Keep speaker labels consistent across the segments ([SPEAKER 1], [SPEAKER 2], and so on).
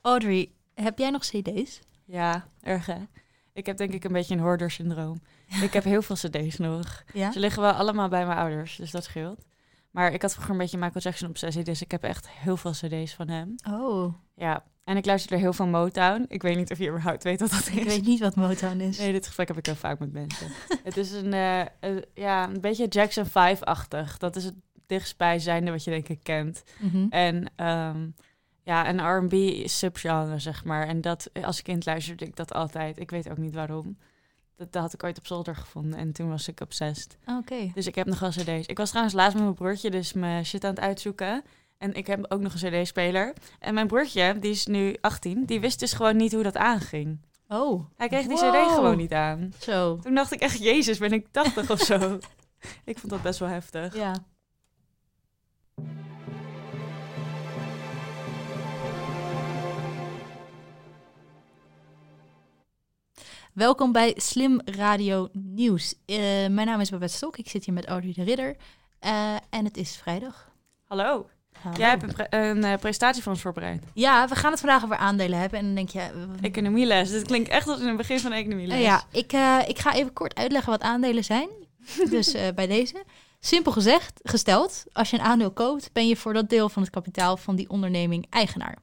[SPEAKER 1] Audrey, heb jij nog CD's?
[SPEAKER 2] Ja, erg hè. Ik heb denk ik een beetje een hoordersyndroom. Ik heb heel veel cd's nog.
[SPEAKER 1] Ja.
[SPEAKER 2] Ze liggen wel allemaal bij mijn ouders, dus dat scheelt. Maar ik had vroeger een beetje Michael Jackson obsessie, dus ik heb echt heel veel cd's van hem.
[SPEAKER 1] Oh,
[SPEAKER 2] Ja, en ik luisterde heel veel Motown. Ik weet niet of je überhaupt weet wat dat
[SPEAKER 1] ik
[SPEAKER 2] is.
[SPEAKER 1] weet niet wat Motown is.
[SPEAKER 2] Nee, dit gesprek heb ik heel vaak met mensen. het is een, eh, eh, ja, een beetje Jackson 5-achtig. Dat is het dichtstbijzijnde wat je denk ik kent.
[SPEAKER 1] Mhm.
[SPEAKER 2] En ehm, ja, een R&B subgenre, zeg maar. En dat, eh, als kind luisterde ik dat altijd. Ik weet ook niet waarom. Dat, dat had ik ooit op zolder gevonden en toen was ik obsessed.
[SPEAKER 1] Oké.
[SPEAKER 2] Dus ik heb nog wel cd's. Ik was trouwens laatst met mijn broertje dus mijn shit aan het uitzoeken. En ik heb ook nog een cd-speler. En mijn broertje, die is nu 18, die wist dus gewoon niet hoe dat aanging.
[SPEAKER 1] Oh,
[SPEAKER 2] Hij kreeg die
[SPEAKER 1] Wow.
[SPEAKER 2] cd gewoon niet aan.
[SPEAKER 1] zo.
[SPEAKER 2] Toen dacht ik echt, jezus, ben ik 80 of zo. Ik vond dat best wel heftig.
[SPEAKER 1] Ja. Welkom bij Slim Radio Nieuws. Eh, mijn naam is Babette Stok, ik zit hier met Audrey de Ridder. Eh, en het is vrijdag.
[SPEAKER 2] Hallo, jij hebt een, pre- een eh, presentatie van ons voorbereid.
[SPEAKER 1] Ja, we gaan het vandaag over aandelen hebben. En dan denk je... eh,
[SPEAKER 2] Economieles, dit klinkt echt als in het begin van een economieles.
[SPEAKER 1] Eh, ja, ik, eh, ik ga even kort uitleggen wat aandelen zijn. dus eh, bij deze. Simpel gezegd, gesteld, als je een aandeel koopt, ben je voor dat deel van het kapitaal van die onderneming eigenaar.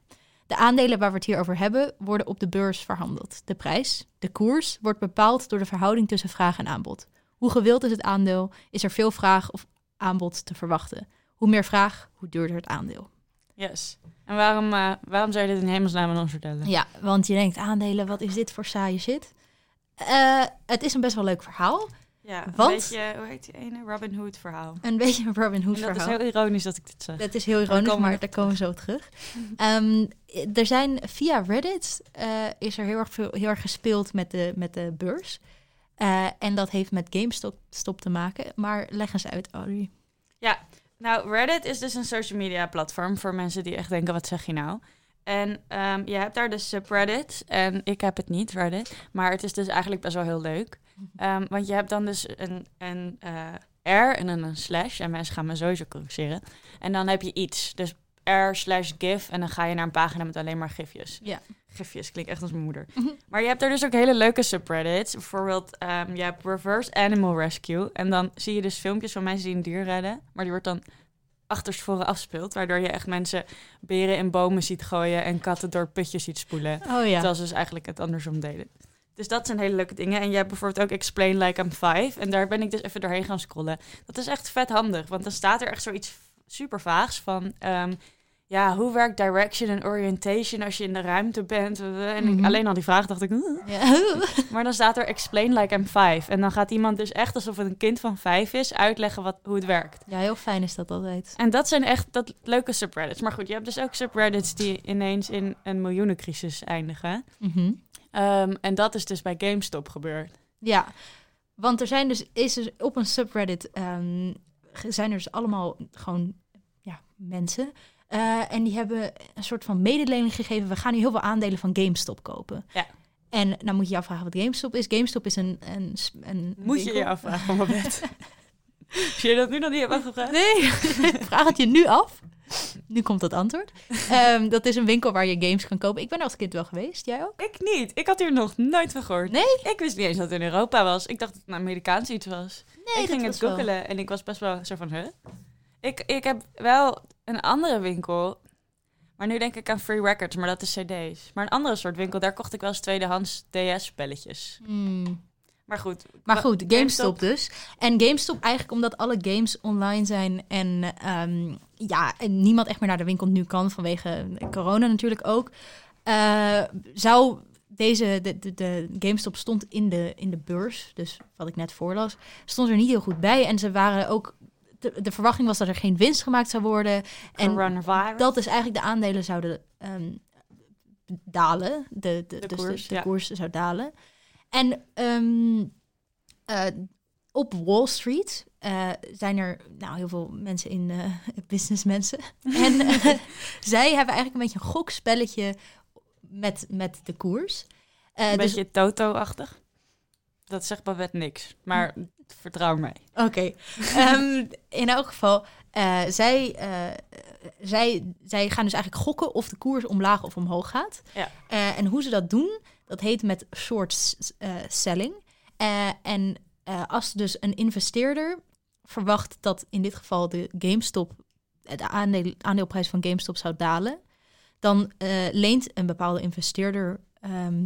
[SPEAKER 1] De aandelen waar we het hier over hebben, worden op de beurs verhandeld. De prijs, de koers, wordt bepaald door de verhouding tussen vraag en aanbod. Hoe gewild is het aandeel, is er veel vraag of aanbod te verwachten. Hoe meer vraag, hoe duurder het aandeel.
[SPEAKER 2] Yes. En waarom, eh, waarom zou je dit in hemelsnaam aan ons vertellen?
[SPEAKER 1] Ja, want je denkt aandelen, wat is dit voor saaie shit? Eh, het is een best wel leuk verhaal.
[SPEAKER 2] Ja,
[SPEAKER 1] een Want- beetje,
[SPEAKER 2] hoe heet die ene? Robin Hood verhaal.
[SPEAKER 1] Een beetje een Robin Hood
[SPEAKER 2] En dat is
[SPEAKER 1] verhaal.
[SPEAKER 2] heel ironisch dat ik dit zeg.
[SPEAKER 1] Dat is heel
[SPEAKER 2] Daar
[SPEAKER 1] ironisch,
[SPEAKER 2] komen we
[SPEAKER 1] maar
[SPEAKER 2] nog
[SPEAKER 1] daar komen we zo op terug. Ehm, er zijn via Reddit eh, is er heel erg, veel, heel erg gespeeld met de, met de beurs. Eh, en dat heeft met GameStop stop te maken. Maar leg eens uit, Audrey.
[SPEAKER 2] Nou, Reddit is dus een social media platform voor mensen die echt denken, wat zeg je nou? En ehm, je hebt daar dus subreddits en ik heb het niet, Reddit. Maar het is dus eigenlijk best wel heel leuk. Ehm, want je hebt dan dus een, een eh, R en dan een slash. En mensen gaan me sowieso corrigeren. En dan heb je iets. Dus R slash gif. En dan ga je naar een pagina met alleen maar gifjes.
[SPEAKER 1] Ja.
[SPEAKER 2] Gifjes klinkt echt als mijn moeder.
[SPEAKER 1] Mhm.
[SPEAKER 2] Maar je hebt er dus ook hele leuke subreddits. Bijvoorbeeld, ehm, je hebt reverse animal rescue. En dan zie je dus filmpjes van mensen die een dier redden. Maar die wordt dan achterstevoren afspeeld. Waardoor je echt mensen beren in bomen ziet gooien. En katten door putjes ziet spoelen.
[SPEAKER 1] Oh ja.
[SPEAKER 2] Terwijl ze dus eigenlijk het andersom deden. Dus dat zijn hele leuke dingen. En je hebt bijvoorbeeld ook Explain Like I'm Five. En daar ben ik dus even doorheen gaan scrollen. Dat is echt vet handig. Want dan staat er echt zoiets super vaags van... ehm, ja, hoe werkt direction en orientation als je in de ruimte bent? En ik,
[SPEAKER 1] Mhm.
[SPEAKER 2] alleen al die vraag dacht ik... "Ugh."
[SPEAKER 1] Ja.
[SPEAKER 2] Maar dan staat er Explain Like I'm Five. En dan gaat iemand dus echt alsof het een kind van vijf is... uitleggen wat, hoe het werkt.
[SPEAKER 1] Ja, heel fijn is dat altijd.
[SPEAKER 2] En dat zijn echt dat leuke subreddits. Maar goed, je hebt dus ook subreddits die ineens in een miljoenencrisis eindigen.
[SPEAKER 1] Mhm.
[SPEAKER 2] Ehm, en dat is dus bij GameStop gebeurd.
[SPEAKER 1] Ja, want er zijn dus, is dus op een subreddit ehm, ge- zijn er dus allemaal gewoon ja, mensen. Eh, en die hebben een soort van mededeling gegeven. We gaan nu heel veel aandelen van GameStop kopen.
[SPEAKER 2] Ja.
[SPEAKER 1] En dan moet je je afvragen wat GameStop is. GameStop is een... een, s- een
[SPEAKER 2] Moet je
[SPEAKER 1] winkel.
[SPEAKER 2] je afvragen, Babette? Als je dat nu nog niet hebt afgevraagd?
[SPEAKER 1] Nee, ik vraag het je nu af. Nu komt dat antwoord. Ehm, dat is een winkel waar je games kan kopen. Ik ben er als kind wel geweest. Jij ook?
[SPEAKER 2] Ik niet. Ik had hier nog nooit van gehoord.
[SPEAKER 1] Nee?
[SPEAKER 2] Ik wist niet eens dat het in Europa was. Ik dacht dat het een Amerikaans iets was.
[SPEAKER 1] Nee,
[SPEAKER 2] ik ging het googelen en ik was best wel zo van, huh? Ik, ik heb wel een andere winkel. Maar nu denk ik aan Free Records, maar dat is cd's. Maar een andere soort winkel, daar kocht ik wel eens tweedehands DS-spelletjes.
[SPEAKER 1] Hmm.
[SPEAKER 2] Maar goed.
[SPEAKER 1] Maar
[SPEAKER 2] wa-
[SPEAKER 1] goed, GameStop dus. En GameStop eigenlijk omdat alle games online zijn en ehm, ja, en niemand echt meer naar de winkel nu kan vanwege corona natuurlijk ook. eh, zou deze, de, de, de GameStop stond in de, in de beurs, dus wat ik net voorlas, stond er niet heel goed bij. En ze waren ook, de, de verwachting was dat er geen winst gemaakt zou worden. En
[SPEAKER 2] Coronavirus.
[SPEAKER 1] dat is eigenlijk de aandelen zouden ehm, dalen. De, de,
[SPEAKER 2] De
[SPEAKER 1] dus
[SPEAKER 2] koers,
[SPEAKER 1] de, de
[SPEAKER 2] ja.
[SPEAKER 1] koers zou dalen. En ehm, eh, op Wall Street eh, zijn er nou, heel veel mensen in, eh, businessmensen. en eh, zij hebben eigenlijk een beetje een gokspelletje met, met de koers. Eh,
[SPEAKER 2] Een
[SPEAKER 1] dus
[SPEAKER 2] beetje Toto-achtig. Mm. Dat zegt Babette niks. Maar vertrouw mij.
[SPEAKER 1] Oké. Ehm, in elk geval, Eh, zij, eh, zij, zij gaan dus eigenlijk gokken of de koers omlaag of omhoog gaat.
[SPEAKER 2] Ja.
[SPEAKER 1] Eh, en hoe ze dat doen, dat heet met short s- eh, selling. Eh, en eh, als dus een investeerder verwacht dat in dit geval de GameStop, eh, de aandeel, aandeelprijs van GameStop zou dalen, dan eh, leent een bepaalde investeerder ehm,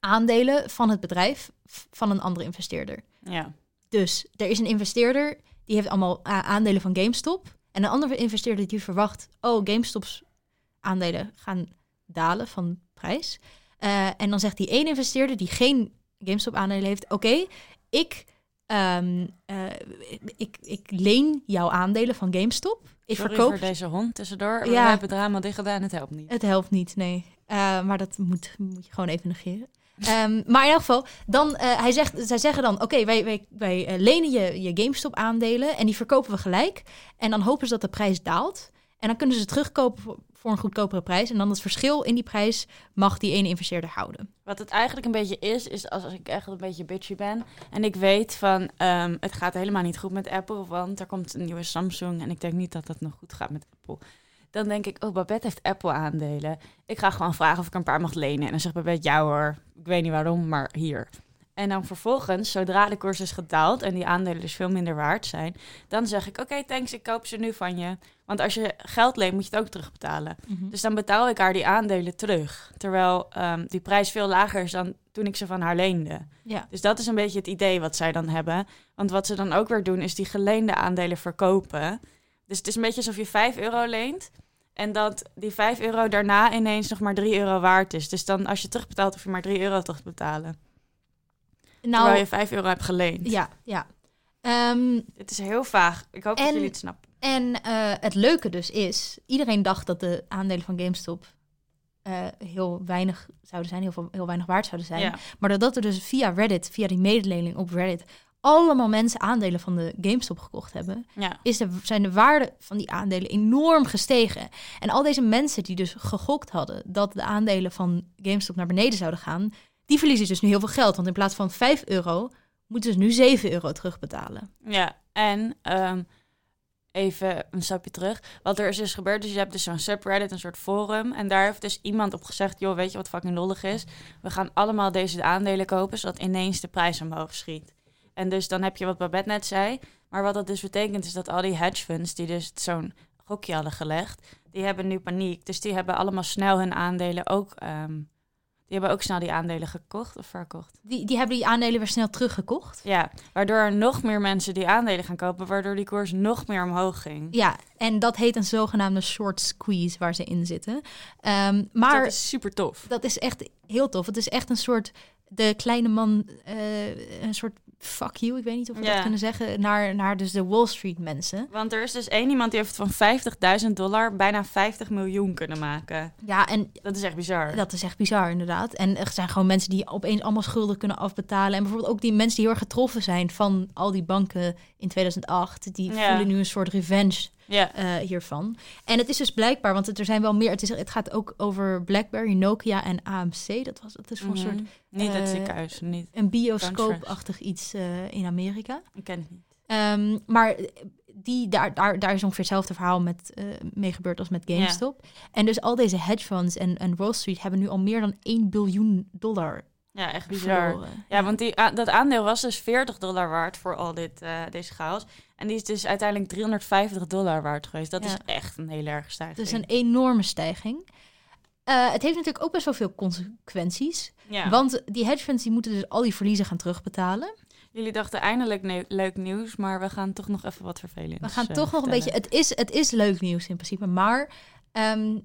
[SPEAKER 1] aandelen van het bedrijf v- van een andere investeerder.
[SPEAKER 2] Ja.
[SPEAKER 1] Dus er is een investeerder die heeft allemaal a- aandelen van GameStop. En een andere investeerder die verwacht, oh, GameStop's aandelen gaan dalen van prijs. Eh, en dan zegt die één investeerder die geen GameStop aandelen heeft, oké, ik, ehm, eh, ik, ik leen jouw aandelen van GameStop. Ik
[SPEAKER 2] Sorry
[SPEAKER 1] verkoop
[SPEAKER 2] voor deze hond tussendoor.
[SPEAKER 1] Ja.
[SPEAKER 2] We hebben het raam al dicht gedaan, het helpt niet.
[SPEAKER 1] het helpt niet, nee. Eh, maar dat moet, moet je gewoon even negeren. Ehm, maar in elk geval, dan, eh, hij zegt, zij zeggen dan... oké, wij, wij, wij eh, lenen je, je GameStop-aandelen en die verkopen we gelijk. En dan hopen ze dat de prijs daalt. En dan kunnen ze terugkopen voor- voor een goedkopere prijs. En dan het verschil in die prijs mag die ene investeerder houden.
[SPEAKER 2] Wat het eigenlijk een beetje is, is als ik echt een beetje bitchy ben en ik weet van ehm, het gaat helemaal niet goed met Apple, want er komt een nieuwe Samsung en ik denk niet dat dat nog goed gaat met Apple. Dan denk ik, oh, Babette heeft Apple aandelen. Ik ga gewoon vragen of ik een paar mag lenen. En dan zegt Babette, ja hoor, ik weet niet waarom, maar hier. En dan vervolgens, zodra de koers is gedaald en die aandelen dus veel minder waard zijn, dan zeg ik, oké, thanks, ik koop ze nu van je. Want als je geld leent, moet je het ook terugbetalen. Dus dan betaal ik haar die aandelen terug. Terwijl ehm, die prijs veel lager is dan toen ik ze van haar leende.
[SPEAKER 1] ja.
[SPEAKER 2] Dus dat is een beetje het idee wat zij dan hebben. Want wat ze dan ook weer doen, is die geleende aandelen verkopen. Dus het is een beetje alsof je 5 euro leent. En dat die 5 euro daarna ineens nog maar 3 euro waard is. Dus dan als je terugbetaalt, hoef je maar 3 euro terug te betalen. Terwijl
[SPEAKER 1] Nou,
[SPEAKER 2] je 5 euro hebt geleend.
[SPEAKER 1] ja, ja. Ehm,
[SPEAKER 2] Het is heel vaag. Ik hoop
[SPEAKER 1] En-
[SPEAKER 2] dat jullie het snappen.
[SPEAKER 1] En eh, het leuke dus is, iedereen dacht dat de aandelen van GameStop eh, heel weinig zouden zijn, heel, veel, heel weinig waard zouden zijn.
[SPEAKER 2] Ja.
[SPEAKER 1] Maar doordat er dus via Reddit, via die medelening op Reddit, allemaal mensen aandelen van de GameStop gekocht hebben,
[SPEAKER 2] ja.
[SPEAKER 1] is de, zijn de waarde van die aandelen enorm gestegen. En al deze mensen die dus gegokt hadden dat de aandelen van GameStop naar beneden zouden gaan, die verliezen dus nu heel veel geld. Want in plaats van 5 euro moeten ze nu 7 euro terugbetalen.
[SPEAKER 2] Ja, en ehm, even een stapje terug. Wat er is dus gebeurd, dus je hebt dus zo'n subreddit, een soort forum. En daar heeft dus iemand op gezegd, joh, weet je wat fucking lollig is? We gaan allemaal deze aandelen kopen, zodat ineens de prijs omhoog schiet. En dus dan heb je wat Babette net zei. Maar wat dat dus betekent, is dat al die hedge funds, die dus zo'n gokje hadden gelegd, die hebben nu paniek. Dus die hebben allemaal snel hun aandelen ook... ehm, die hebben ook snel die aandelen gekocht of verkocht.
[SPEAKER 1] Die, die hebben die aandelen weer snel teruggekocht.
[SPEAKER 2] Ja, waardoor er nog meer mensen die aandelen gaan kopen, waardoor die koers nog meer omhoog ging. Dus
[SPEAKER 1] Ja, en dat heet een zogenaamde short squeeze waar ze in zitten. Ehm, maar
[SPEAKER 2] dat is super tof.
[SPEAKER 1] echt heel tof. Het is echt een soort de kleine man, eh, een soort fuck you, ik weet niet of we
[SPEAKER 2] Ja.
[SPEAKER 1] dat kunnen zeggen, naar, naar dus de Wall Street mensen.
[SPEAKER 2] Want er is dus één iemand die heeft van 50.000 dollar bijna 50 miljoen kunnen maken.
[SPEAKER 1] Ja, en
[SPEAKER 2] Dat is echt bizar.
[SPEAKER 1] dat is echt bizar inderdaad. En er zijn gewoon mensen die opeens allemaal schulden kunnen afbetalen. En bijvoorbeeld ook die mensen die heel erg getroffen zijn van al die banken in 2008, die
[SPEAKER 2] Ja.
[SPEAKER 1] voelen nu een soort revenge
[SPEAKER 2] Ja,
[SPEAKER 1] eh, hiervan. En het is dus blijkbaar, want het, er zijn wel meer. Het, is, het gaat ook over BlackBerry, Nokia en AMC. Dat was het is voor een soort
[SPEAKER 2] Mhm. Niet het
[SPEAKER 1] eh,
[SPEAKER 2] ziekenhuis, niet.
[SPEAKER 1] een bioscoopachtig iets eh, in Amerika.
[SPEAKER 2] Ik ken het niet.
[SPEAKER 1] Ehm, maar die, daar, daar, daar is ongeveer hetzelfde verhaal met, eh, mee gebeurd als met
[SPEAKER 2] Ja.
[SPEAKER 1] GameStop. En dus al deze hedge funds en, en Wall Street hebben nu al meer dan 1 biljoen dollar
[SPEAKER 2] Ja, echt bizar.
[SPEAKER 1] verloren.
[SPEAKER 2] Ja, want die, a- dat aandeel was dus 40 dollar waard voor al dit, eh, deze chaos. En die is dus uiteindelijk 350 dollar waard geweest. Dat
[SPEAKER 1] Ja.
[SPEAKER 2] is echt een hele erg stijging.
[SPEAKER 1] Dus een enorme stijging. Eh, het heeft natuurlijk ook best wel veel consequenties.
[SPEAKER 2] ja.
[SPEAKER 1] Want die hedge funds die moeten dus al die verliezen gaan terugbetalen.
[SPEAKER 2] Jullie dachten eindelijk ne- leuk nieuws, maar we gaan toch nog even wat vervelends
[SPEAKER 1] We gaan
[SPEAKER 2] eh,
[SPEAKER 1] toch nog een
[SPEAKER 2] vertellen.
[SPEAKER 1] beetje. Het is, het is leuk nieuws in principe. Maar ehm,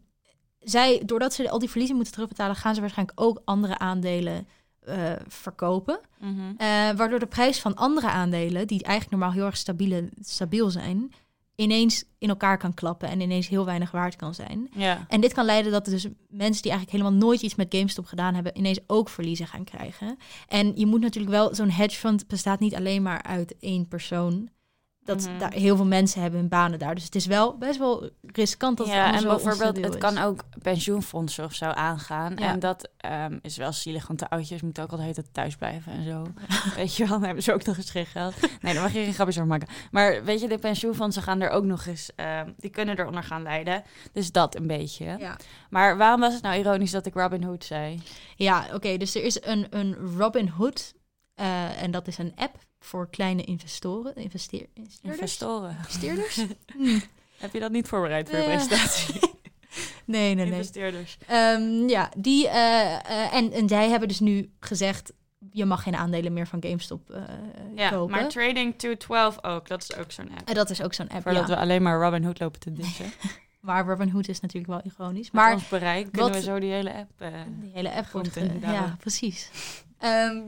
[SPEAKER 1] zij, doordat ze al die verliezen moeten terugbetalen, gaan ze waarschijnlijk ook andere aandelen eh, verkopen.
[SPEAKER 2] Mhm.
[SPEAKER 1] Eh, waardoor de prijs van andere aandelen, die eigenlijk normaal heel erg stabiele, stabiel zijn, ineens in elkaar kan klappen en ineens heel weinig waard kan zijn.
[SPEAKER 2] Ja.
[SPEAKER 1] En dit kan leiden dat er dus mensen die eigenlijk helemaal nooit iets met GameStop gedaan hebben, ineens ook verliezen gaan krijgen. En je moet natuurlijk wel, zo'n hedge fund bestaat niet alleen maar uit één persoon. Dat
[SPEAKER 2] Mhm.
[SPEAKER 1] daar, heel veel mensen hebben hun banen daar. Dus het is wel best wel riskant dat het
[SPEAKER 2] ja,
[SPEAKER 1] allemaal
[SPEAKER 2] en
[SPEAKER 1] zo
[SPEAKER 2] bijvoorbeeld,
[SPEAKER 1] onstabiel
[SPEAKER 2] het
[SPEAKER 1] is.
[SPEAKER 2] kan ook pensioenfondsen of zo aangaan.
[SPEAKER 1] Ja.
[SPEAKER 2] En dat ehm, is wel zielig, want de oudjes moeten ook altijd thuis blijven en zo. weet je wel, dan hebben ze ook nog eens geen geld. Nee, daar mag je geen grapjes over maken. Maar weet je, de pensioenfondsen gaan er ook nog eens, ehm, die kunnen eronder gaan leiden. Dus dat een beetje.
[SPEAKER 1] Ja.
[SPEAKER 2] Maar waarom was het nou ironisch dat ik Robin Hood zei?
[SPEAKER 1] Ja, oké. dus er is een, een Robin Hood. eh, en dat is een app voor kleine investoren. Investeer, investeerders?
[SPEAKER 2] Investoren.
[SPEAKER 1] Investeerders? Hm,
[SPEAKER 2] Heb je dat niet voorbereid voor je
[SPEAKER 1] Eh,
[SPEAKER 2] presentatie?
[SPEAKER 1] nee, nee, nee.
[SPEAKER 2] Investeerders.
[SPEAKER 1] Ehm, ja, die. eh, eh, en, en zij hebben dus nu gezegd: je mag geen aandelen meer van GameStop eh,
[SPEAKER 2] Ja,
[SPEAKER 1] kopen.
[SPEAKER 2] maar Trading 212 ook. Dat is ook zo'n app.
[SPEAKER 1] en dat is ook zo'n app.
[SPEAKER 2] Voordat
[SPEAKER 1] ja.
[SPEAKER 2] we alleen maar Robin Hood lopen te ditchen.
[SPEAKER 1] Maar Robin Hood is natuurlijk wel ironisch.
[SPEAKER 2] Maar
[SPEAKER 1] Maar
[SPEAKER 2] ons bereik kunnen
[SPEAKER 1] wat-
[SPEAKER 2] we zo die hele app. eh,
[SPEAKER 1] Die hele app
[SPEAKER 2] Grond
[SPEAKER 1] wordt
[SPEAKER 2] in
[SPEAKER 1] ge-
[SPEAKER 2] daarop.
[SPEAKER 1] Ja, precies. Ehm,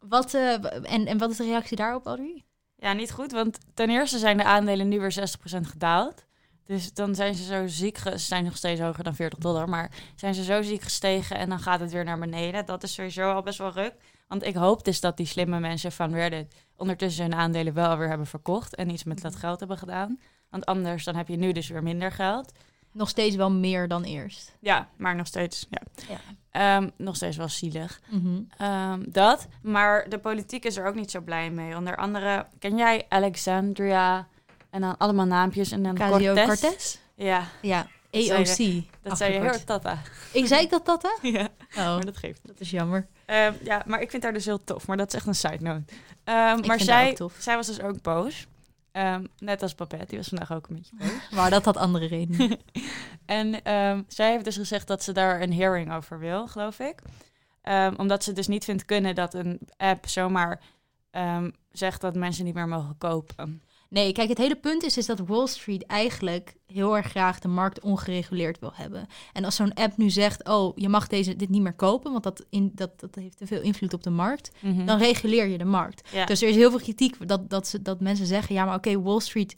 [SPEAKER 1] wat, eh, w- en, en wat is de reactie daarop, Audrey?
[SPEAKER 2] Ja, niet goed, want ten eerste zijn de aandelen nu weer 60% gedaald. Dus dan zijn ze zo ziek, ge- ze zijn nog steeds hoger dan 40 dollar, maar zijn ze zo ziek gestegen en dan gaat het weer naar beneden. Dat is sowieso al best wel ruk. Want ik hoop dus dat die slimme mensen van Reddit ondertussen hun aandelen wel weer hebben verkocht en iets met dat geld hebben gedaan. Want anders dan heb je nu dus weer minder geld.
[SPEAKER 1] Nog steeds wel meer dan eerst.
[SPEAKER 2] Ja, maar nog steeds, ja.
[SPEAKER 1] Ja.
[SPEAKER 2] Ehm, nog steeds wel zielig.
[SPEAKER 1] Mhm.
[SPEAKER 2] Ehm, dat. Maar de politiek is er ook niet zo blij mee. Onder andere, ken jij Alexandria en dan allemaal naampjes en dan
[SPEAKER 1] Casio
[SPEAKER 2] Cortez?
[SPEAKER 1] Cortez?
[SPEAKER 2] Ja,
[SPEAKER 1] Ja,
[SPEAKER 2] Dat zei
[SPEAKER 1] EOC.
[SPEAKER 2] dat zei je heel
[SPEAKER 1] afgekort.
[SPEAKER 2] erg tata.
[SPEAKER 1] Ik zei ik dat dat, hè?
[SPEAKER 2] Ja,
[SPEAKER 1] Oh,
[SPEAKER 2] maar dat geeft niet.
[SPEAKER 1] dat is jammer.
[SPEAKER 2] Ehm, ja, maar ik vind haar dus heel tof. Maar dat is echt een side note. Ehm, maar
[SPEAKER 1] vind haar
[SPEAKER 2] zij,
[SPEAKER 1] ook tof.
[SPEAKER 2] zij was dus ook boos. Ehm, net als Babette, die was vandaag ook een beetje boos.
[SPEAKER 1] Maar dat had andere redenen.
[SPEAKER 2] En ehm, zij heeft dus gezegd dat ze daar een hearing over wil, geloof ik. Ehm, omdat ze dus niet vindt kunnen dat een app zomaar ehm, zegt dat mensen niet meer mogen kopen.
[SPEAKER 1] Nee, kijk, het hele punt is, is dat Wall Street eigenlijk heel erg graag de markt ongereguleerd wil hebben. En als zo'n app nu zegt, oh, je mag deze, dit niet meer kopen, want dat, in, dat, dat heeft te veel invloed op de markt, dan reguleer je de markt.
[SPEAKER 2] Mm. Ja.
[SPEAKER 1] Dus er is heel veel kritiek dat, dat, ze, dat mensen zeggen: ja, maar oké, Wall Street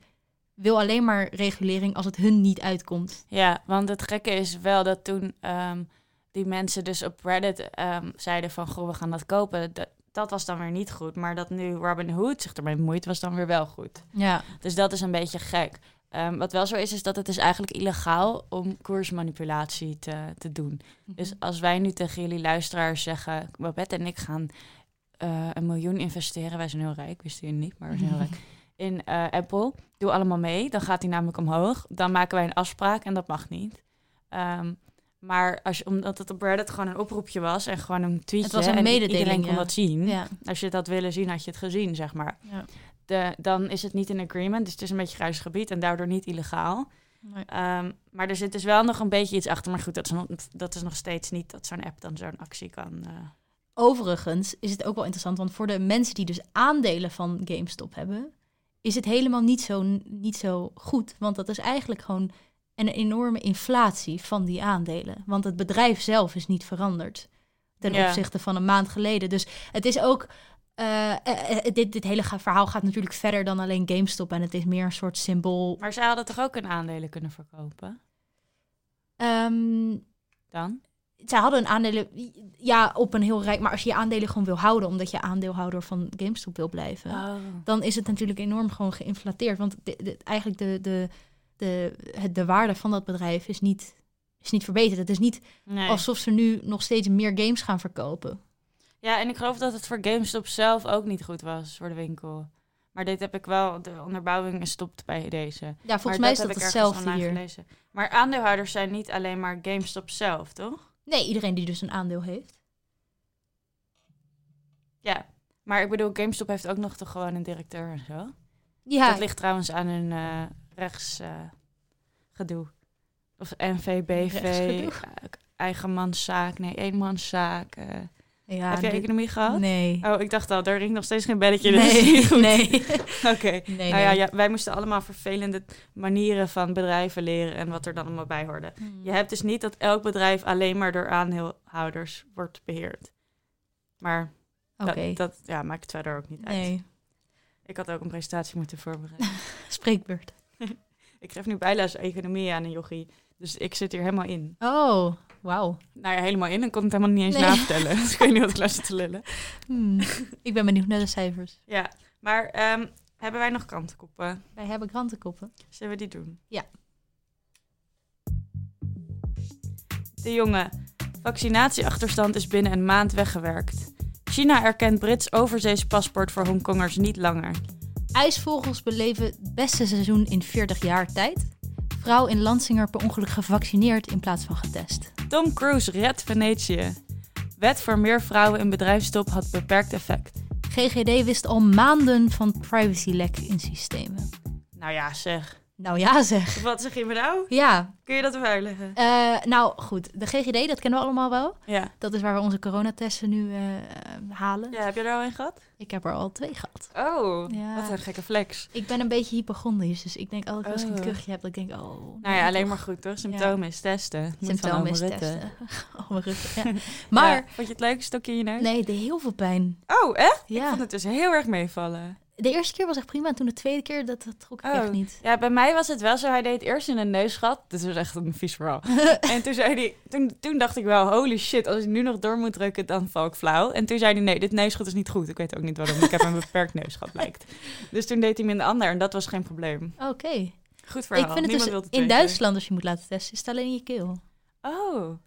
[SPEAKER 1] wil alleen maar regulering als het hun niet uitkomt.
[SPEAKER 2] Ja, want het gekke is wel dat toen ehm, die mensen dus op Reddit ehm, zeiden van... Goh, we gaan dat kopen. Dat, dat was dan weer niet goed. Maar dat nu Robin Hood zich ermee bemoeit, was dan weer wel goed.
[SPEAKER 1] Ja,
[SPEAKER 2] Dus dat is een beetje gek. Ehm, wat wel zo is, is dat het is eigenlijk illegaal om koersmanipulatie te, te doen.
[SPEAKER 1] Mhm.
[SPEAKER 2] Dus als wij nu tegen jullie luisteraars zeggen, Babette en ik gaan eh, een miljoen investeren, wij zijn heel rijk, wisten jullie niet, maar we zijn heel rijk, in eh, Apple, doe allemaal mee, dan gaat die namelijk omhoog. Dan maken wij een afspraak en dat mag niet. Ehm, maar als je, omdat het op Reddit gewoon een oproepje was en gewoon een tweetje
[SPEAKER 1] was een
[SPEAKER 2] en
[SPEAKER 1] mededeling,
[SPEAKER 2] iedereen kon
[SPEAKER 1] ja.
[SPEAKER 2] dat zien.
[SPEAKER 1] ja.
[SPEAKER 2] Als je het had willen zien, had je het gezien, zeg maar.
[SPEAKER 1] Ja.
[SPEAKER 2] De, dan is het niet in agreement, dus het is een beetje grijs gebied en daardoor niet illegaal. Ehm, maar er zit dus wel nog een beetje iets achter. Maar goed, dat is, nog- dat is nog steeds niet dat zo'n app dan zo'n actie kan. eh.
[SPEAKER 1] Overigens is het ook wel interessant, want voor de mensen die dus aandelen van GameStop hebben, is het helemaal niet zo, niet zo goed. Want dat is eigenlijk gewoon een enorme inflatie van die aandelen. Want het bedrijf zelf is niet veranderd ten
[SPEAKER 2] Ja.
[SPEAKER 1] opzichte van een maand geleden. Dus het is ook. eh, eh, eh, dit, dit hele ga- verhaal gaat natuurlijk verder dan alleen GameStop. En het is meer een soort symbool
[SPEAKER 2] Maar zij hadden toch ook hun aandelen kunnen verkopen?
[SPEAKER 1] Ehm,
[SPEAKER 2] Dan?
[SPEAKER 1] zij hadden een aandelen, ja, op een heel rijk. Maar als je je aandelen gewoon wil houden, omdat je aandeelhouder van GameStop wil blijven,
[SPEAKER 2] Oh.
[SPEAKER 1] dan is het natuurlijk enorm gewoon geïnflateerd. Want de, de- eigenlijk de, de, de, het, de waarde van dat bedrijf is niet, is niet verbeterd. Het is niet
[SPEAKER 2] Nee.
[SPEAKER 1] alsof ze nu nog steeds meer games gaan verkopen.
[SPEAKER 2] Ja, en ik geloof dat het voor GameStop zelf ook niet goed was voor de winkel. Maar dit heb ik wel, de onderbouwing is stopt bij deze.
[SPEAKER 1] Ja, volgens
[SPEAKER 2] Maar
[SPEAKER 1] mij is dat
[SPEAKER 2] heb ik ergens
[SPEAKER 1] hetzelfde
[SPEAKER 2] online
[SPEAKER 1] hier.
[SPEAKER 2] Gelezen. Maar aandeelhouders zijn niet alleen maar GameStop zelf, toch?
[SPEAKER 1] Nee, iedereen die dus een aandeel heeft.
[SPEAKER 2] Ja. Maar ik bedoel, GameStop heeft ook nog toch gewoon een directeur en zo.
[SPEAKER 1] Ja,
[SPEAKER 2] Dat ligt trouwens aan hun eh rechts rechtsgedoe. of NVBV,
[SPEAKER 1] Rechtsgedoe?
[SPEAKER 2] eh, eigenmanszaak, nee, eenmanszaak. eh.
[SPEAKER 1] ja
[SPEAKER 2] Heb je
[SPEAKER 1] dit-
[SPEAKER 2] economie gehad?
[SPEAKER 1] Nee.
[SPEAKER 2] Oh, ik dacht al, daar ringt nog steeds geen belletje. dus
[SPEAKER 1] Nee,
[SPEAKER 2] is niet goed.
[SPEAKER 1] nee.
[SPEAKER 2] Oké.
[SPEAKER 1] Nee,
[SPEAKER 2] Nou ja,
[SPEAKER 1] nee.
[SPEAKER 2] ja, wij moesten allemaal vervelende manieren van bedrijven leren en wat er dan allemaal bij hoorde.
[SPEAKER 1] Hmm.
[SPEAKER 2] Je hebt dus niet dat elk bedrijf alleen maar door aandeelhouders wordt beheerd. Maar
[SPEAKER 1] Oké,
[SPEAKER 2] dat, dat ja, maakt het verder ook niet uit.
[SPEAKER 1] nee.
[SPEAKER 2] Ik had ook een presentatie moeten voorbereiden.
[SPEAKER 1] Spreekbeurt.
[SPEAKER 2] Ik geef nu bijles economie aan een jochie. Dus ik zit hier helemaal in.
[SPEAKER 1] Oh, wauw.
[SPEAKER 2] Nou ja, helemaal in. En kon het helemaal niet eens
[SPEAKER 1] Nee.
[SPEAKER 2] na vertellen. dus ik weet niet wat ik luister te lullen.
[SPEAKER 1] Hmm. ik ben benieuwd naar de cijfers.
[SPEAKER 2] Ja, maar ehm, Hebben wij nog krantenkoppen?
[SPEAKER 1] Wij hebben krantenkoppen.
[SPEAKER 2] Zullen we die doen?
[SPEAKER 1] Ja.
[SPEAKER 2] De jonge. Vaccinatieachterstand is binnen een maand weggewerkt. China erkent Brits overzees paspoort voor Hongkongers niet langer.
[SPEAKER 1] IJsvogels beleven het beste seizoen in 40 jaar tijd. Vrouw in Lansinger per ongeluk gevaccineerd in plaats van getest.
[SPEAKER 2] Tom Cruise redt Venetië. Wet voor meer vrouwen in bedrijfstop had beperkt effect.
[SPEAKER 1] GGD wist al maanden van privacylek in systemen.
[SPEAKER 2] Nou ja, zeg.
[SPEAKER 1] Nou ja zeg.
[SPEAKER 2] Wat zeg je me nou?
[SPEAKER 1] Ja,
[SPEAKER 2] Kun je dat even uitleggen?
[SPEAKER 1] eh, nou goed. De GGD, dat kennen we allemaal wel.
[SPEAKER 2] Ja.
[SPEAKER 1] Dat is waar we onze coronatesten nu eh, eh, halen.
[SPEAKER 2] Ja, heb je er al een gehad?
[SPEAKER 1] Ik heb er al twee gehad.
[SPEAKER 2] Oh,
[SPEAKER 1] Ja.
[SPEAKER 2] wat een gekke flex.
[SPEAKER 1] Ik ben een beetje hypochondisch, dus ik denk elke keer als ik een
[SPEAKER 2] Oh.
[SPEAKER 1] kuchje heb, dat ik denk, oh...
[SPEAKER 2] Nou ja, alleen maar goed toch? Symptomen is testen. Moet van
[SPEAKER 1] symptomen is
[SPEAKER 2] Ome Rutte.
[SPEAKER 1] testen. Oh, mijn Rutte, ja. Maar,
[SPEAKER 2] Ja, vond je het leuk, stokje in je neus?
[SPEAKER 1] nee, de heel veel pijn.
[SPEAKER 2] Oh, echt? Ik
[SPEAKER 1] Ja.
[SPEAKER 2] vond het dus heel erg meevallen.
[SPEAKER 1] De eerste keer was echt prima, en toen de tweede keer, dat, dat trok ik
[SPEAKER 2] Oh.
[SPEAKER 1] echt niet.
[SPEAKER 2] Ja, bij mij was het wel zo. Hij deed eerst in een neusgat. Dit was echt een vies verhaal. en toen zei hij... Toen, toen dacht ik wel, holy shit, als ik nu nog door moet drukken, dan val ik flauw. En toen zei hij, nee, dit neusgat is niet goed. Ik weet ook niet waarom. Ik heb een beperkt neusgat, blijkt. Dus toen deed hij me in de ander en dat was geen probleem.
[SPEAKER 1] Oké.
[SPEAKER 2] Goed verhaal.
[SPEAKER 1] Oh. Ik vind het
[SPEAKER 2] Niemand
[SPEAKER 1] dus
[SPEAKER 2] wil het
[SPEAKER 1] in
[SPEAKER 2] weten.
[SPEAKER 1] Duitsland, als je moet laten testen, is het alleen in je keel.
[SPEAKER 2] Oh,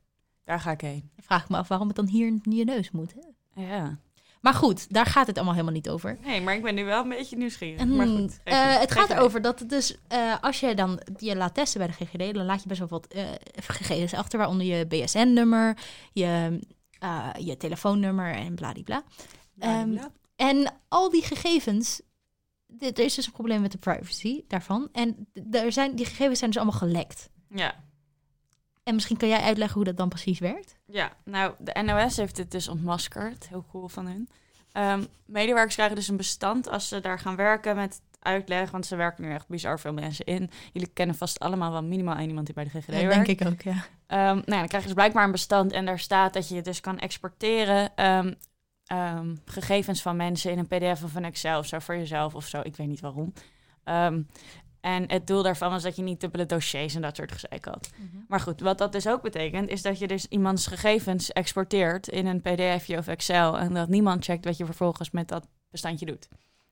[SPEAKER 2] daar ga ik heen.
[SPEAKER 1] Dan vraag ik me af waarom het dan hier in je neus moet. Hè?
[SPEAKER 2] Ja.
[SPEAKER 1] Maar goed, daar gaat het allemaal helemaal niet over.
[SPEAKER 2] Nee, maar ik ben nu wel een beetje nieuwsgierig.
[SPEAKER 1] Hmm,
[SPEAKER 2] Maar goed. geef
[SPEAKER 1] eh,
[SPEAKER 2] niet,
[SPEAKER 1] het
[SPEAKER 2] geef
[SPEAKER 1] gaat
[SPEAKER 2] niet.
[SPEAKER 1] erover dat het dus, eh, als je dan je laat testen bij de GGD, dan laat je best wel wat eh, gegevens achter, waaronder je BSN-nummer, je, eh, je telefoonnummer en bladibla. Ehm,
[SPEAKER 2] Bladibla.
[SPEAKER 1] En al die gegevens, dit- er is dus een probleem met de privacy daarvan. En d- er zijn, die gegevens zijn dus allemaal gelekt.
[SPEAKER 2] Ja.
[SPEAKER 1] En misschien kan jij uitleggen hoe dat dan precies werkt?
[SPEAKER 2] Ja, nou, de NOS heeft dit dus ontmaskerd. Heel cool van hun. Ehm, medewerkers krijgen dus een bestand als ze daar gaan werken met uitleg. Want ze werken nu echt bizar veel mensen in. Jullie kennen vast allemaal wel minimaal één iemand die bij de GGD werkt.
[SPEAKER 1] ik ook, ja.
[SPEAKER 2] Ehm, nou ja, dan krijg je dus blijkbaar een bestand en daar staat dat je het dus kan exporteren. ehm, ehm, gegevens van mensen in een PDF of een Excel of zo voor jezelf of zo. Ik weet niet waarom. Ehm, en het doel daarvan was dat je niet dubbele dossiers en dat soort gezeik had.
[SPEAKER 1] Mhm.
[SPEAKER 2] Maar goed, wat dat dus ook betekent, is dat je dus iemands gegevens exporteert in een PDFje of Excel. En dat niemand checkt wat je vervolgens met dat bestandje doet.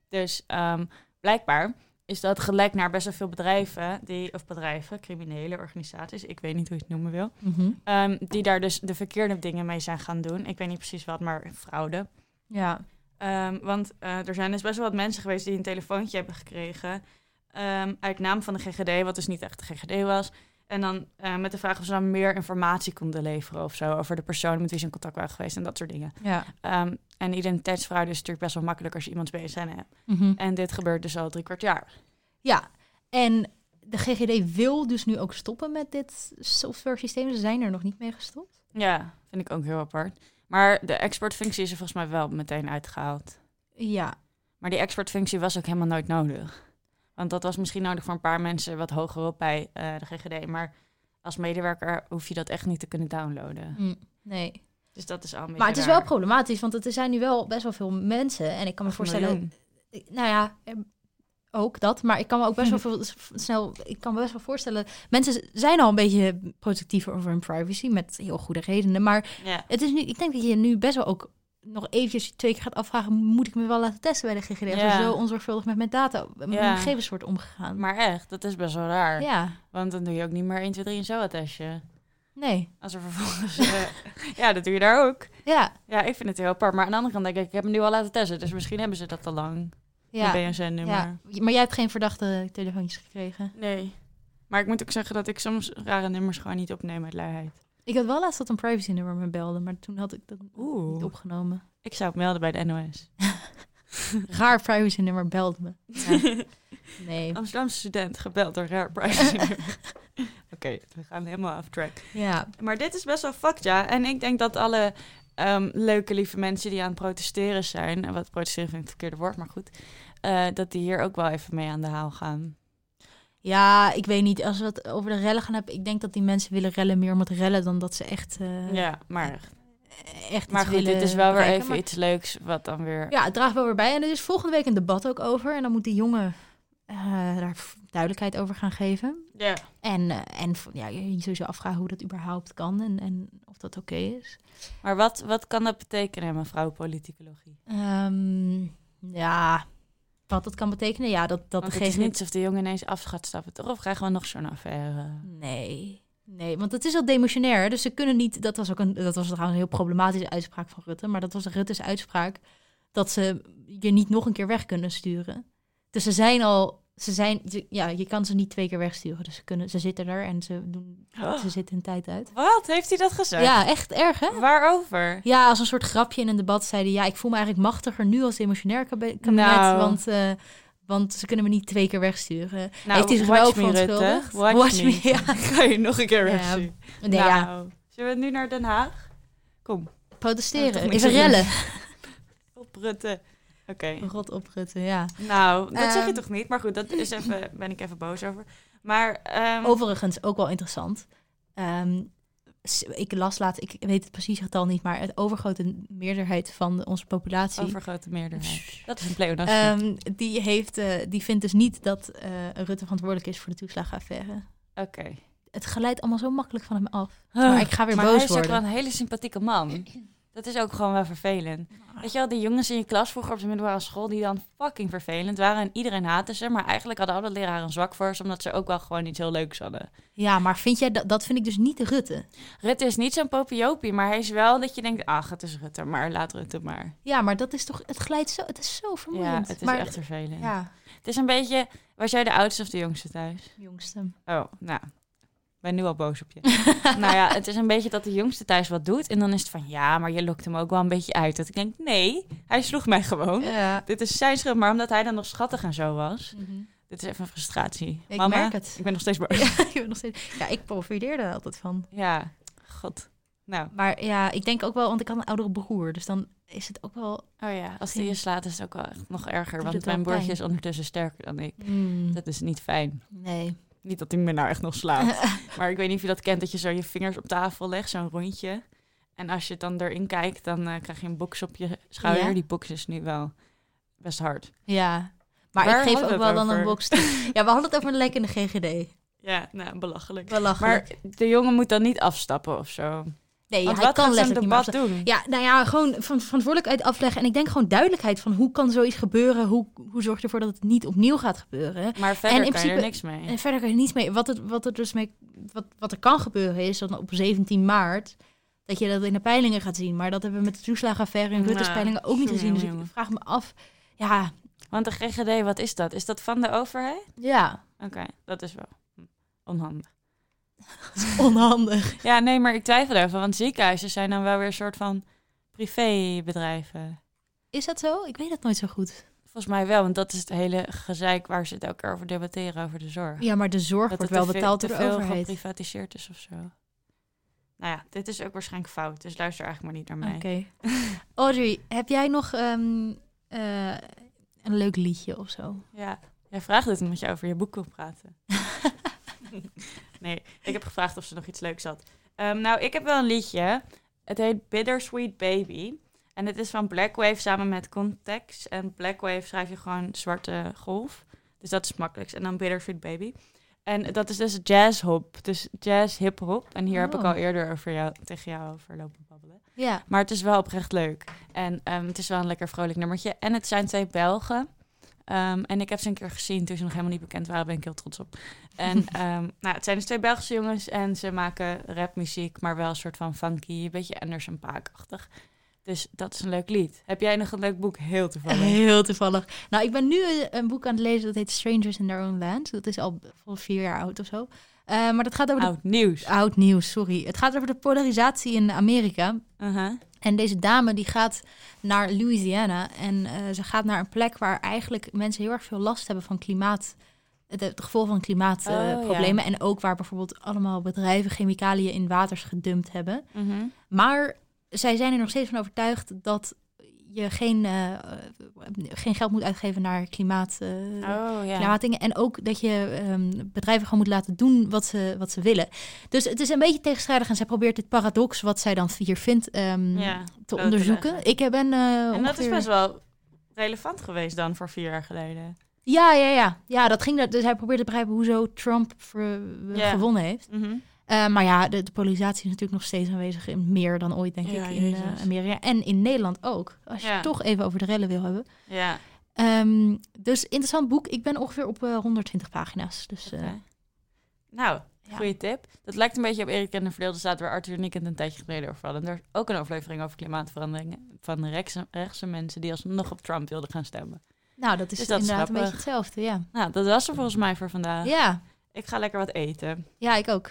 [SPEAKER 2] Dus ehm, blijkbaar is dat gelekt naar best wel veel bedrijven, die, of bedrijven, criminele organisaties, ik weet niet hoe je het noemen wil.
[SPEAKER 1] Mhm.
[SPEAKER 2] ehm, die daar dus de verkeerde dingen mee zijn gaan doen. Ik weet niet precies wat, maar fraude.
[SPEAKER 1] Ja.
[SPEAKER 2] Ehm, want eh, er zijn dus best wel wat mensen geweest die een telefoontje hebben gekregen. ehm, uit naam van de GGD, wat dus niet echt de GGD was. En dan eh, met de vraag of ze dan meer informatie konden leveren of zo. Over de persoon met wie ze in contact waren geweest en dat soort dingen.
[SPEAKER 1] ja.
[SPEAKER 2] Ehm, en identiteitsfraude is natuurlijk best wel makkelijk als je iemands BSN hebt.
[SPEAKER 1] Mhm.
[SPEAKER 2] En dit gebeurt dus al drie kwart jaar.
[SPEAKER 1] Ja, en de GGD wil dus nu ook stoppen met dit software systeem. Ze zijn er nog niet mee gestopt.
[SPEAKER 2] Ja, vind ik ook heel apart. Maar de exportfunctie is er volgens mij wel meteen uitgehaald.
[SPEAKER 1] Ja,
[SPEAKER 2] Maar die exportfunctie was ook helemaal nooit nodig. Want dat was misschien nodig voor een paar mensen wat hogerop bij eh, de GGD. Maar als medewerker hoef je dat echt niet te kunnen downloaden.
[SPEAKER 1] hm, nee.
[SPEAKER 2] Dus dat is al een
[SPEAKER 1] maar het
[SPEAKER 2] beetje
[SPEAKER 1] is wel
[SPEAKER 2] raar.
[SPEAKER 1] problematisch, want het- er zijn nu wel best wel veel mensen. En ik kan me voorstellen,
[SPEAKER 2] Miljoen.
[SPEAKER 1] nou ja, em, ook dat. Maar ik kan me ook best wel veel, s- snel, ik kan me best wel voorstellen, mensen z- zijn al een beetje protectiever over hun privacy, met heel goede redenen. Maar
[SPEAKER 2] Ja.
[SPEAKER 1] het is nu, ik denk dat je nu best wel ook nog eventjes twee keer gaat afvragen, moet ik me wel laten testen bij de GGD? Als
[SPEAKER 2] Ja.
[SPEAKER 1] er zo onzorgvuldig met mijn data, met
[SPEAKER 2] Ja.
[SPEAKER 1] mijn gegevens wordt omgegaan.
[SPEAKER 2] Maar echt, dat is best wel raar.
[SPEAKER 1] ja.
[SPEAKER 2] Want dan doe je ook niet meer 1, 2, 3 en zo attestje.
[SPEAKER 1] Nee.
[SPEAKER 2] Als er vervolgens... eh, ja, dat doe je daar ook.
[SPEAKER 1] Ja.
[SPEAKER 2] Ja, ik vind het heel apart. Maar aan de andere kant denk ik, ik heb hem nu al laten testen. Dus misschien hebben ze dat al lang. Ja.
[SPEAKER 1] Ja.
[SPEAKER 2] Een BSN-nummer.
[SPEAKER 1] ja. Maar jij hebt geen verdachte telefoontjes gekregen.
[SPEAKER 2] Nee. Maar ik moet ook zeggen dat ik soms rare nummers gewoon niet opneem uit luiheid.
[SPEAKER 1] Ik had wel laatst dat een privacy nummer me belde, maar toen had ik dat
[SPEAKER 2] Oeh.
[SPEAKER 1] niet opgenomen.
[SPEAKER 2] Ik zou het melden bij de NOS.
[SPEAKER 1] Raar privacy nummer belde me. Ja. Nee.
[SPEAKER 2] Amsterdamse student gebeld door Rare Privacy. Oké, we gaan helemaal off track.
[SPEAKER 1] Ja.
[SPEAKER 2] Maar dit is best wel fucked, ja. En ik denk dat alle ehm, leuke, lieve mensen die aan het protesteren zijn... en wat protesteren vind ik het verkeerde woord, maar goed... eh, dat die hier ook wel even mee aan de haal gaan.
[SPEAKER 1] Ja, ik weet niet. Als we het over de rellen gaan hebben, ik denk dat die mensen willen rellen meer om het rellen dan dat ze echt, eh,
[SPEAKER 2] ja, maar,
[SPEAKER 1] echt
[SPEAKER 2] maar
[SPEAKER 1] iets
[SPEAKER 2] goed,
[SPEAKER 1] willen
[SPEAKER 2] dit is wel weer
[SPEAKER 1] bereiken.
[SPEAKER 2] even
[SPEAKER 1] Maar-
[SPEAKER 2] iets leuks wat dan weer...
[SPEAKER 1] Ja, het draagt wel weer bij. En er is volgende week een debat ook over. En dan moet die jongen eh, daar v- duidelijkheid over gaan geven.
[SPEAKER 2] Ja.
[SPEAKER 1] En, eh, en v- ja, je je sowieso afvragen hoe dat überhaupt kan en, en of dat oké is.
[SPEAKER 2] Maar wat, wat kan dat betekenen, mevrouw politicologie?
[SPEAKER 1] Ehm, ja, Wat dat kan betekenen? Ja, dat, dat
[SPEAKER 2] Want het
[SPEAKER 1] geeft
[SPEAKER 2] is niet alsof de jongen ineens af gaat stappen, toch? Of krijgen we nog zo'n affaire?
[SPEAKER 1] Nee. Nee, want het is al demotionair. hè? Dus ze kunnen niet. Dat was ook een. Dat was trouwens een heel problematische uitspraak van Rutte. Maar dat was Rutte's uitspraak. Dat ze je niet nog een keer weg kunnen sturen. Dus ze zijn al. Ze zijn. ze- ja, je kan ze niet twee keer wegsturen. Dus ze, kunnen, ze zitten er en ze, doen,
[SPEAKER 2] Oh.
[SPEAKER 1] ze zitten hun tijd uit.
[SPEAKER 2] Wat? Heeft hij dat gezegd?
[SPEAKER 1] Ja, echt erg, hè?
[SPEAKER 2] Waarover?
[SPEAKER 1] Ja, als een soort grapje in een debat zeiden. Ja, ik voel me eigenlijk machtiger nu als demotionair kabe- kabinet.
[SPEAKER 2] Nou.
[SPEAKER 1] Want, eh, want ze kunnen me niet twee keer wegsturen.
[SPEAKER 2] Nou,
[SPEAKER 1] Heeft hij zich
[SPEAKER 2] watch
[SPEAKER 1] wel
[SPEAKER 2] me, Rutte.
[SPEAKER 1] verontschuldigd?
[SPEAKER 2] Watch me.
[SPEAKER 1] ja.
[SPEAKER 2] Ga je nog een keer
[SPEAKER 1] Ja.
[SPEAKER 2] wegsturen?
[SPEAKER 1] Nee,
[SPEAKER 2] nou,
[SPEAKER 1] ja.
[SPEAKER 2] zullen we nu naar Den Haag? Dat
[SPEAKER 1] Protesteren,
[SPEAKER 2] is
[SPEAKER 1] even
[SPEAKER 2] toch niks
[SPEAKER 1] rellen.
[SPEAKER 2] Op Rutte. Oké.
[SPEAKER 1] Rot oprutten, ja.
[SPEAKER 2] Nou, dat zeg je
[SPEAKER 1] Oh, Ehm.
[SPEAKER 2] toch niet? Maar goed, dat is even, ben ik even boos over. Maar, ehm,
[SPEAKER 1] Oh, Overigens ook wel interessant. Ehm, s- ik las laatst, ik weet het precieze getal niet, maar het overgrote meerderheid van de- onze populatie.
[SPEAKER 2] overgrote meerderheid. Dat is een pleonasme.
[SPEAKER 1] Ehm, die, heeft, eh, die vindt dus niet dat eh, Rutte verantwoordelijk is voor de toeslagenaffaire.
[SPEAKER 2] Oké. Oh.
[SPEAKER 1] Het glijdt allemaal zo makkelijk van hem af. Maar ik ga weer
[SPEAKER 2] Ah. Maar
[SPEAKER 1] boos
[SPEAKER 2] hij is ook
[SPEAKER 1] worden.
[SPEAKER 2] wel een hele sympathieke man. Dat is ook gewoon wel vervelend.
[SPEAKER 1] Ah.
[SPEAKER 2] Weet je wel, die jongens in je klas vroeger op de middelbare school... die dan fucking vervelend waren en iedereen haatte ze... maar eigenlijk hadden alle leraren een zwak voor ze... omdat ze ook wel gewoon iets heel leuks hadden.
[SPEAKER 1] Ja, maar vind jij dat, dat vind ik dus niet Rutte.
[SPEAKER 2] Rutte is niet zo'n popiopie, maar hij is wel dat je denkt... ach, het is Rutte, maar laat Rutte maar.
[SPEAKER 1] Ja, maar dat is toch, het glijdt zo, het is zo
[SPEAKER 2] Ja,
[SPEAKER 1] vermoeiend.
[SPEAKER 2] het is
[SPEAKER 1] maar,
[SPEAKER 2] echt vervelend.
[SPEAKER 1] Ja,
[SPEAKER 2] Het is een beetje... Was jij de oudste of de jongste thuis?
[SPEAKER 1] jongste.
[SPEAKER 2] Oh, nou. Ik ben nu al boos op je. nou ja, het is een beetje dat de jongste thuis wat doet. En dan is het van, ja, maar je lokt hem ook wel een beetje uit. Dat ik denk, nee, hij sloeg mij gewoon.
[SPEAKER 1] Ja.
[SPEAKER 2] Dit is zijn schuld, maar omdat hij dan nog schattig en zo was.
[SPEAKER 1] Mhm.
[SPEAKER 2] Dit is even een frustratie.
[SPEAKER 1] Ik
[SPEAKER 2] Mama,
[SPEAKER 1] merk het.
[SPEAKER 2] ik ben nog steeds boos.
[SPEAKER 1] Ja, ik ben nog steeds- ja, ik profiteer daar altijd van.
[SPEAKER 2] Ja, god. Nou,
[SPEAKER 1] Maar ja, ik denk ook wel, want ik had een oudere broer. Dus dan is het ook wel...
[SPEAKER 2] oh ja, als hij je slaat is het ook wel echt nog erger.
[SPEAKER 1] Doet
[SPEAKER 2] Want
[SPEAKER 1] het wel
[SPEAKER 2] mijn broertje
[SPEAKER 1] pijn.
[SPEAKER 2] is ondertussen sterker dan ik.
[SPEAKER 1] Dat-
[SPEAKER 2] Dat is niet fijn.
[SPEAKER 1] Nee.
[SPEAKER 2] Niet dat hij me nou echt nog slaat. maar ik weet niet of je dat kent, dat je zo je vingers op tafel legt, zo'n rondje. En als je dan erin kijkt, dan eh, krijg je een box op je schouder.
[SPEAKER 1] Ja.
[SPEAKER 2] Die box is nu wel best hard.
[SPEAKER 1] Ja. Maar
[SPEAKER 2] Waar
[SPEAKER 1] ik geef
[SPEAKER 2] hadden we
[SPEAKER 1] ook wel
[SPEAKER 2] het
[SPEAKER 1] dan een
[SPEAKER 2] over?
[SPEAKER 1] box toe. Ja, we hadden het over een lek in de GGD.
[SPEAKER 2] Ja, nou, belachelijk.
[SPEAKER 1] Wel lachen.
[SPEAKER 2] Maar de jongen moet dan niet afstappen of zo.
[SPEAKER 1] nee,
[SPEAKER 2] Want
[SPEAKER 1] hij
[SPEAKER 2] wat
[SPEAKER 1] kan
[SPEAKER 2] kan zo'n
[SPEAKER 1] letterlijk niet meer
[SPEAKER 2] debat
[SPEAKER 1] afstaan.
[SPEAKER 2] doen?
[SPEAKER 1] Ja, nou ja, gewoon van, verantwoordelijkheid afleggen. En ik denk gewoon duidelijkheid van hoe kan zoiets gebeuren? Hoe, hoe zorg je ervoor dat het niet opnieuw gaat gebeuren?
[SPEAKER 2] Maar verder
[SPEAKER 1] En in
[SPEAKER 2] kan je er
[SPEAKER 1] principe-
[SPEAKER 2] niks mee.
[SPEAKER 1] En verder kan je niets mee. Wat, het, wat, er dus mee wat, wat er kan gebeuren is dat op 17 maart. dat je dat in de peilingen gaat zien. Maar dat hebben we met de toeslagenaffaire en Rutte's
[SPEAKER 2] Nou,
[SPEAKER 1] peilingen ook niet
[SPEAKER 2] jongen,
[SPEAKER 1] gezien. Dus ik
[SPEAKER 2] jongen.
[SPEAKER 1] vraag me af. Ja,
[SPEAKER 2] Want de GGD, wat is dat? Is dat van de overheid?
[SPEAKER 1] ja.
[SPEAKER 2] Oké, dat is wel hm, onhandig.
[SPEAKER 1] Onhandig.
[SPEAKER 2] Ja, nee, maar ik twijfel erover. Want ziekenhuizen zijn dan wel weer een soort van privébedrijven.
[SPEAKER 1] Is dat zo? Ik weet het nooit zo goed.
[SPEAKER 2] Volgens mij wel, want dat is het hele gezeik waar ze het elke keer over debatteren, over de zorg.
[SPEAKER 1] Ja, maar de zorg
[SPEAKER 2] dat
[SPEAKER 1] wordt
[SPEAKER 2] het
[SPEAKER 1] wel
[SPEAKER 2] te veel-
[SPEAKER 1] betaald
[SPEAKER 2] te
[SPEAKER 1] door de
[SPEAKER 2] veel
[SPEAKER 1] overheid. Oké.
[SPEAKER 2] geprivatiseerd is of zo. Nou ja, dit is ook waarschijnlijk fout, dus luister eigenlijk maar niet naar mij.
[SPEAKER 1] Audrey, heb jij nog ehm, eh, een leuk liedje of zo?
[SPEAKER 2] Ja, jij vraagt het omdat je over je boek wil praten. nee, ik heb gevraagd of ze nog iets leuks had. Ehm, nou, ik heb wel een liedje. Het heet Bittersweet Baby. En het is van Blackwave samen met Context. En Blackwave schrijf je gewoon zwarte golf. Dus dat is het makkelijkst. En dan Bittersweet Baby. En dat is dus jazzhop. Dus jazz hip-hop. En hier heb ik
[SPEAKER 1] Oh.
[SPEAKER 2] al eerder over jou, tegen jou over lopen babbelen.
[SPEAKER 1] Ja.
[SPEAKER 2] Maar het is wel oprecht leuk. En ehm, het is wel een lekker vrolijk nummertje. En het zijn twee Belgen. Ehm, en ik heb ze een keer gezien toen ze nog helemaal niet bekend waren. ben ik heel trots op. En ehm, nou, het zijn dus twee Belgische jongens. En ze maken rapmuziek, maar wel een soort van funky. Een beetje Anderson Paak-achtig. Dus dat is een leuk lied. Heb jij nog een leuk boek? Heel toevallig.
[SPEAKER 1] Heel toevallig. Nou, ik ben nu eh, een boek aan het lezen dat heet Strangers in Their Own Land. Dat is al voor vier jaar oud of zo. Eh, maar dat gaat over de
[SPEAKER 2] Oud nieuws.
[SPEAKER 1] Oud nieuws, sorry. Het gaat over de polarisatie in Amerika.
[SPEAKER 2] Uh-huh.
[SPEAKER 1] En deze dame die gaat naar Louisiana. En eh, ze gaat naar een plek waar eigenlijk mensen heel erg veel last hebben van klimaat. Het, het gevolg van
[SPEAKER 2] Oh,
[SPEAKER 1] klimaatproblemen. En ook waar bijvoorbeeld allemaal bedrijven chemicaliën in waters gedumpt hebben.
[SPEAKER 2] Mhm.
[SPEAKER 1] Maar zij zijn er nog steeds van overtuigd dat je geen, eh, eh, geen geld moet uitgeven naar klimaat. eh,
[SPEAKER 2] Oh ja.
[SPEAKER 1] Klimaatdingen. En ook dat je ehm, bedrijven gewoon moet laten doen wat ze, wat ze willen. Dus het is een beetje tegenstrijdig. En zij probeert dit paradox, wat zij dan hier vindt, ehm,
[SPEAKER 2] Ja,
[SPEAKER 1] te
[SPEAKER 2] te
[SPEAKER 1] onderzoeken.
[SPEAKER 2] leggen.
[SPEAKER 1] ik ben. eh
[SPEAKER 2] en dat is
[SPEAKER 1] ongeveer-
[SPEAKER 2] best wel relevant geweest dan voor vier jaar geleden.
[SPEAKER 1] Ja, ja, ja. Ja, dat ging. dat- Dus hij probeert te begrijpen hoezo Trump ver-
[SPEAKER 2] Ja.
[SPEAKER 1] gewonnen heeft.
[SPEAKER 2] Mhm.
[SPEAKER 1] Eh, maar ja, de, de polarisatie is natuurlijk nog steeds aanwezig. In meer dan ooit, denk
[SPEAKER 2] Ja,
[SPEAKER 1] ik, in eh,
[SPEAKER 2] jezus.
[SPEAKER 1] Amerika. En in Nederland ook. Als je
[SPEAKER 2] Ja.
[SPEAKER 1] het toch even over de rellen wil hebben.
[SPEAKER 2] Ja.
[SPEAKER 1] Ehm, Ehm, dus interessant boek. Ik ben ongeveer op eh, 120 pagina's. Dus eh,
[SPEAKER 2] Oké. Nou,
[SPEAKER 1] Ja.
[SPEAKER 2] goede tip. Dat lijkt een beetje op Erik en de Verdeelde Staat, waar Arthur en ik het een tijdje geleden over hadden. En daar is ook een aflevering over klimaatverandering van rechtse, rechtse mensen die alsnog op Trump wilden gaan stemmen.
[SPEAKER 1] nou, dat is,
[SPEAKER 2] Dus dat is
[SPEAKER 1] inderdaad een beetje
[SPEAKER 2] grappig.
[SPEAKER 1] hetzelfde. Ja.
[SPEAKER 2] Nou, dat was er volgens mij voor vandaag.
[SPEAKER 1] ja,
[SPEAKER 2] Ik ga lekker wat eten.
[SPEAKER 1] ja, ik ook.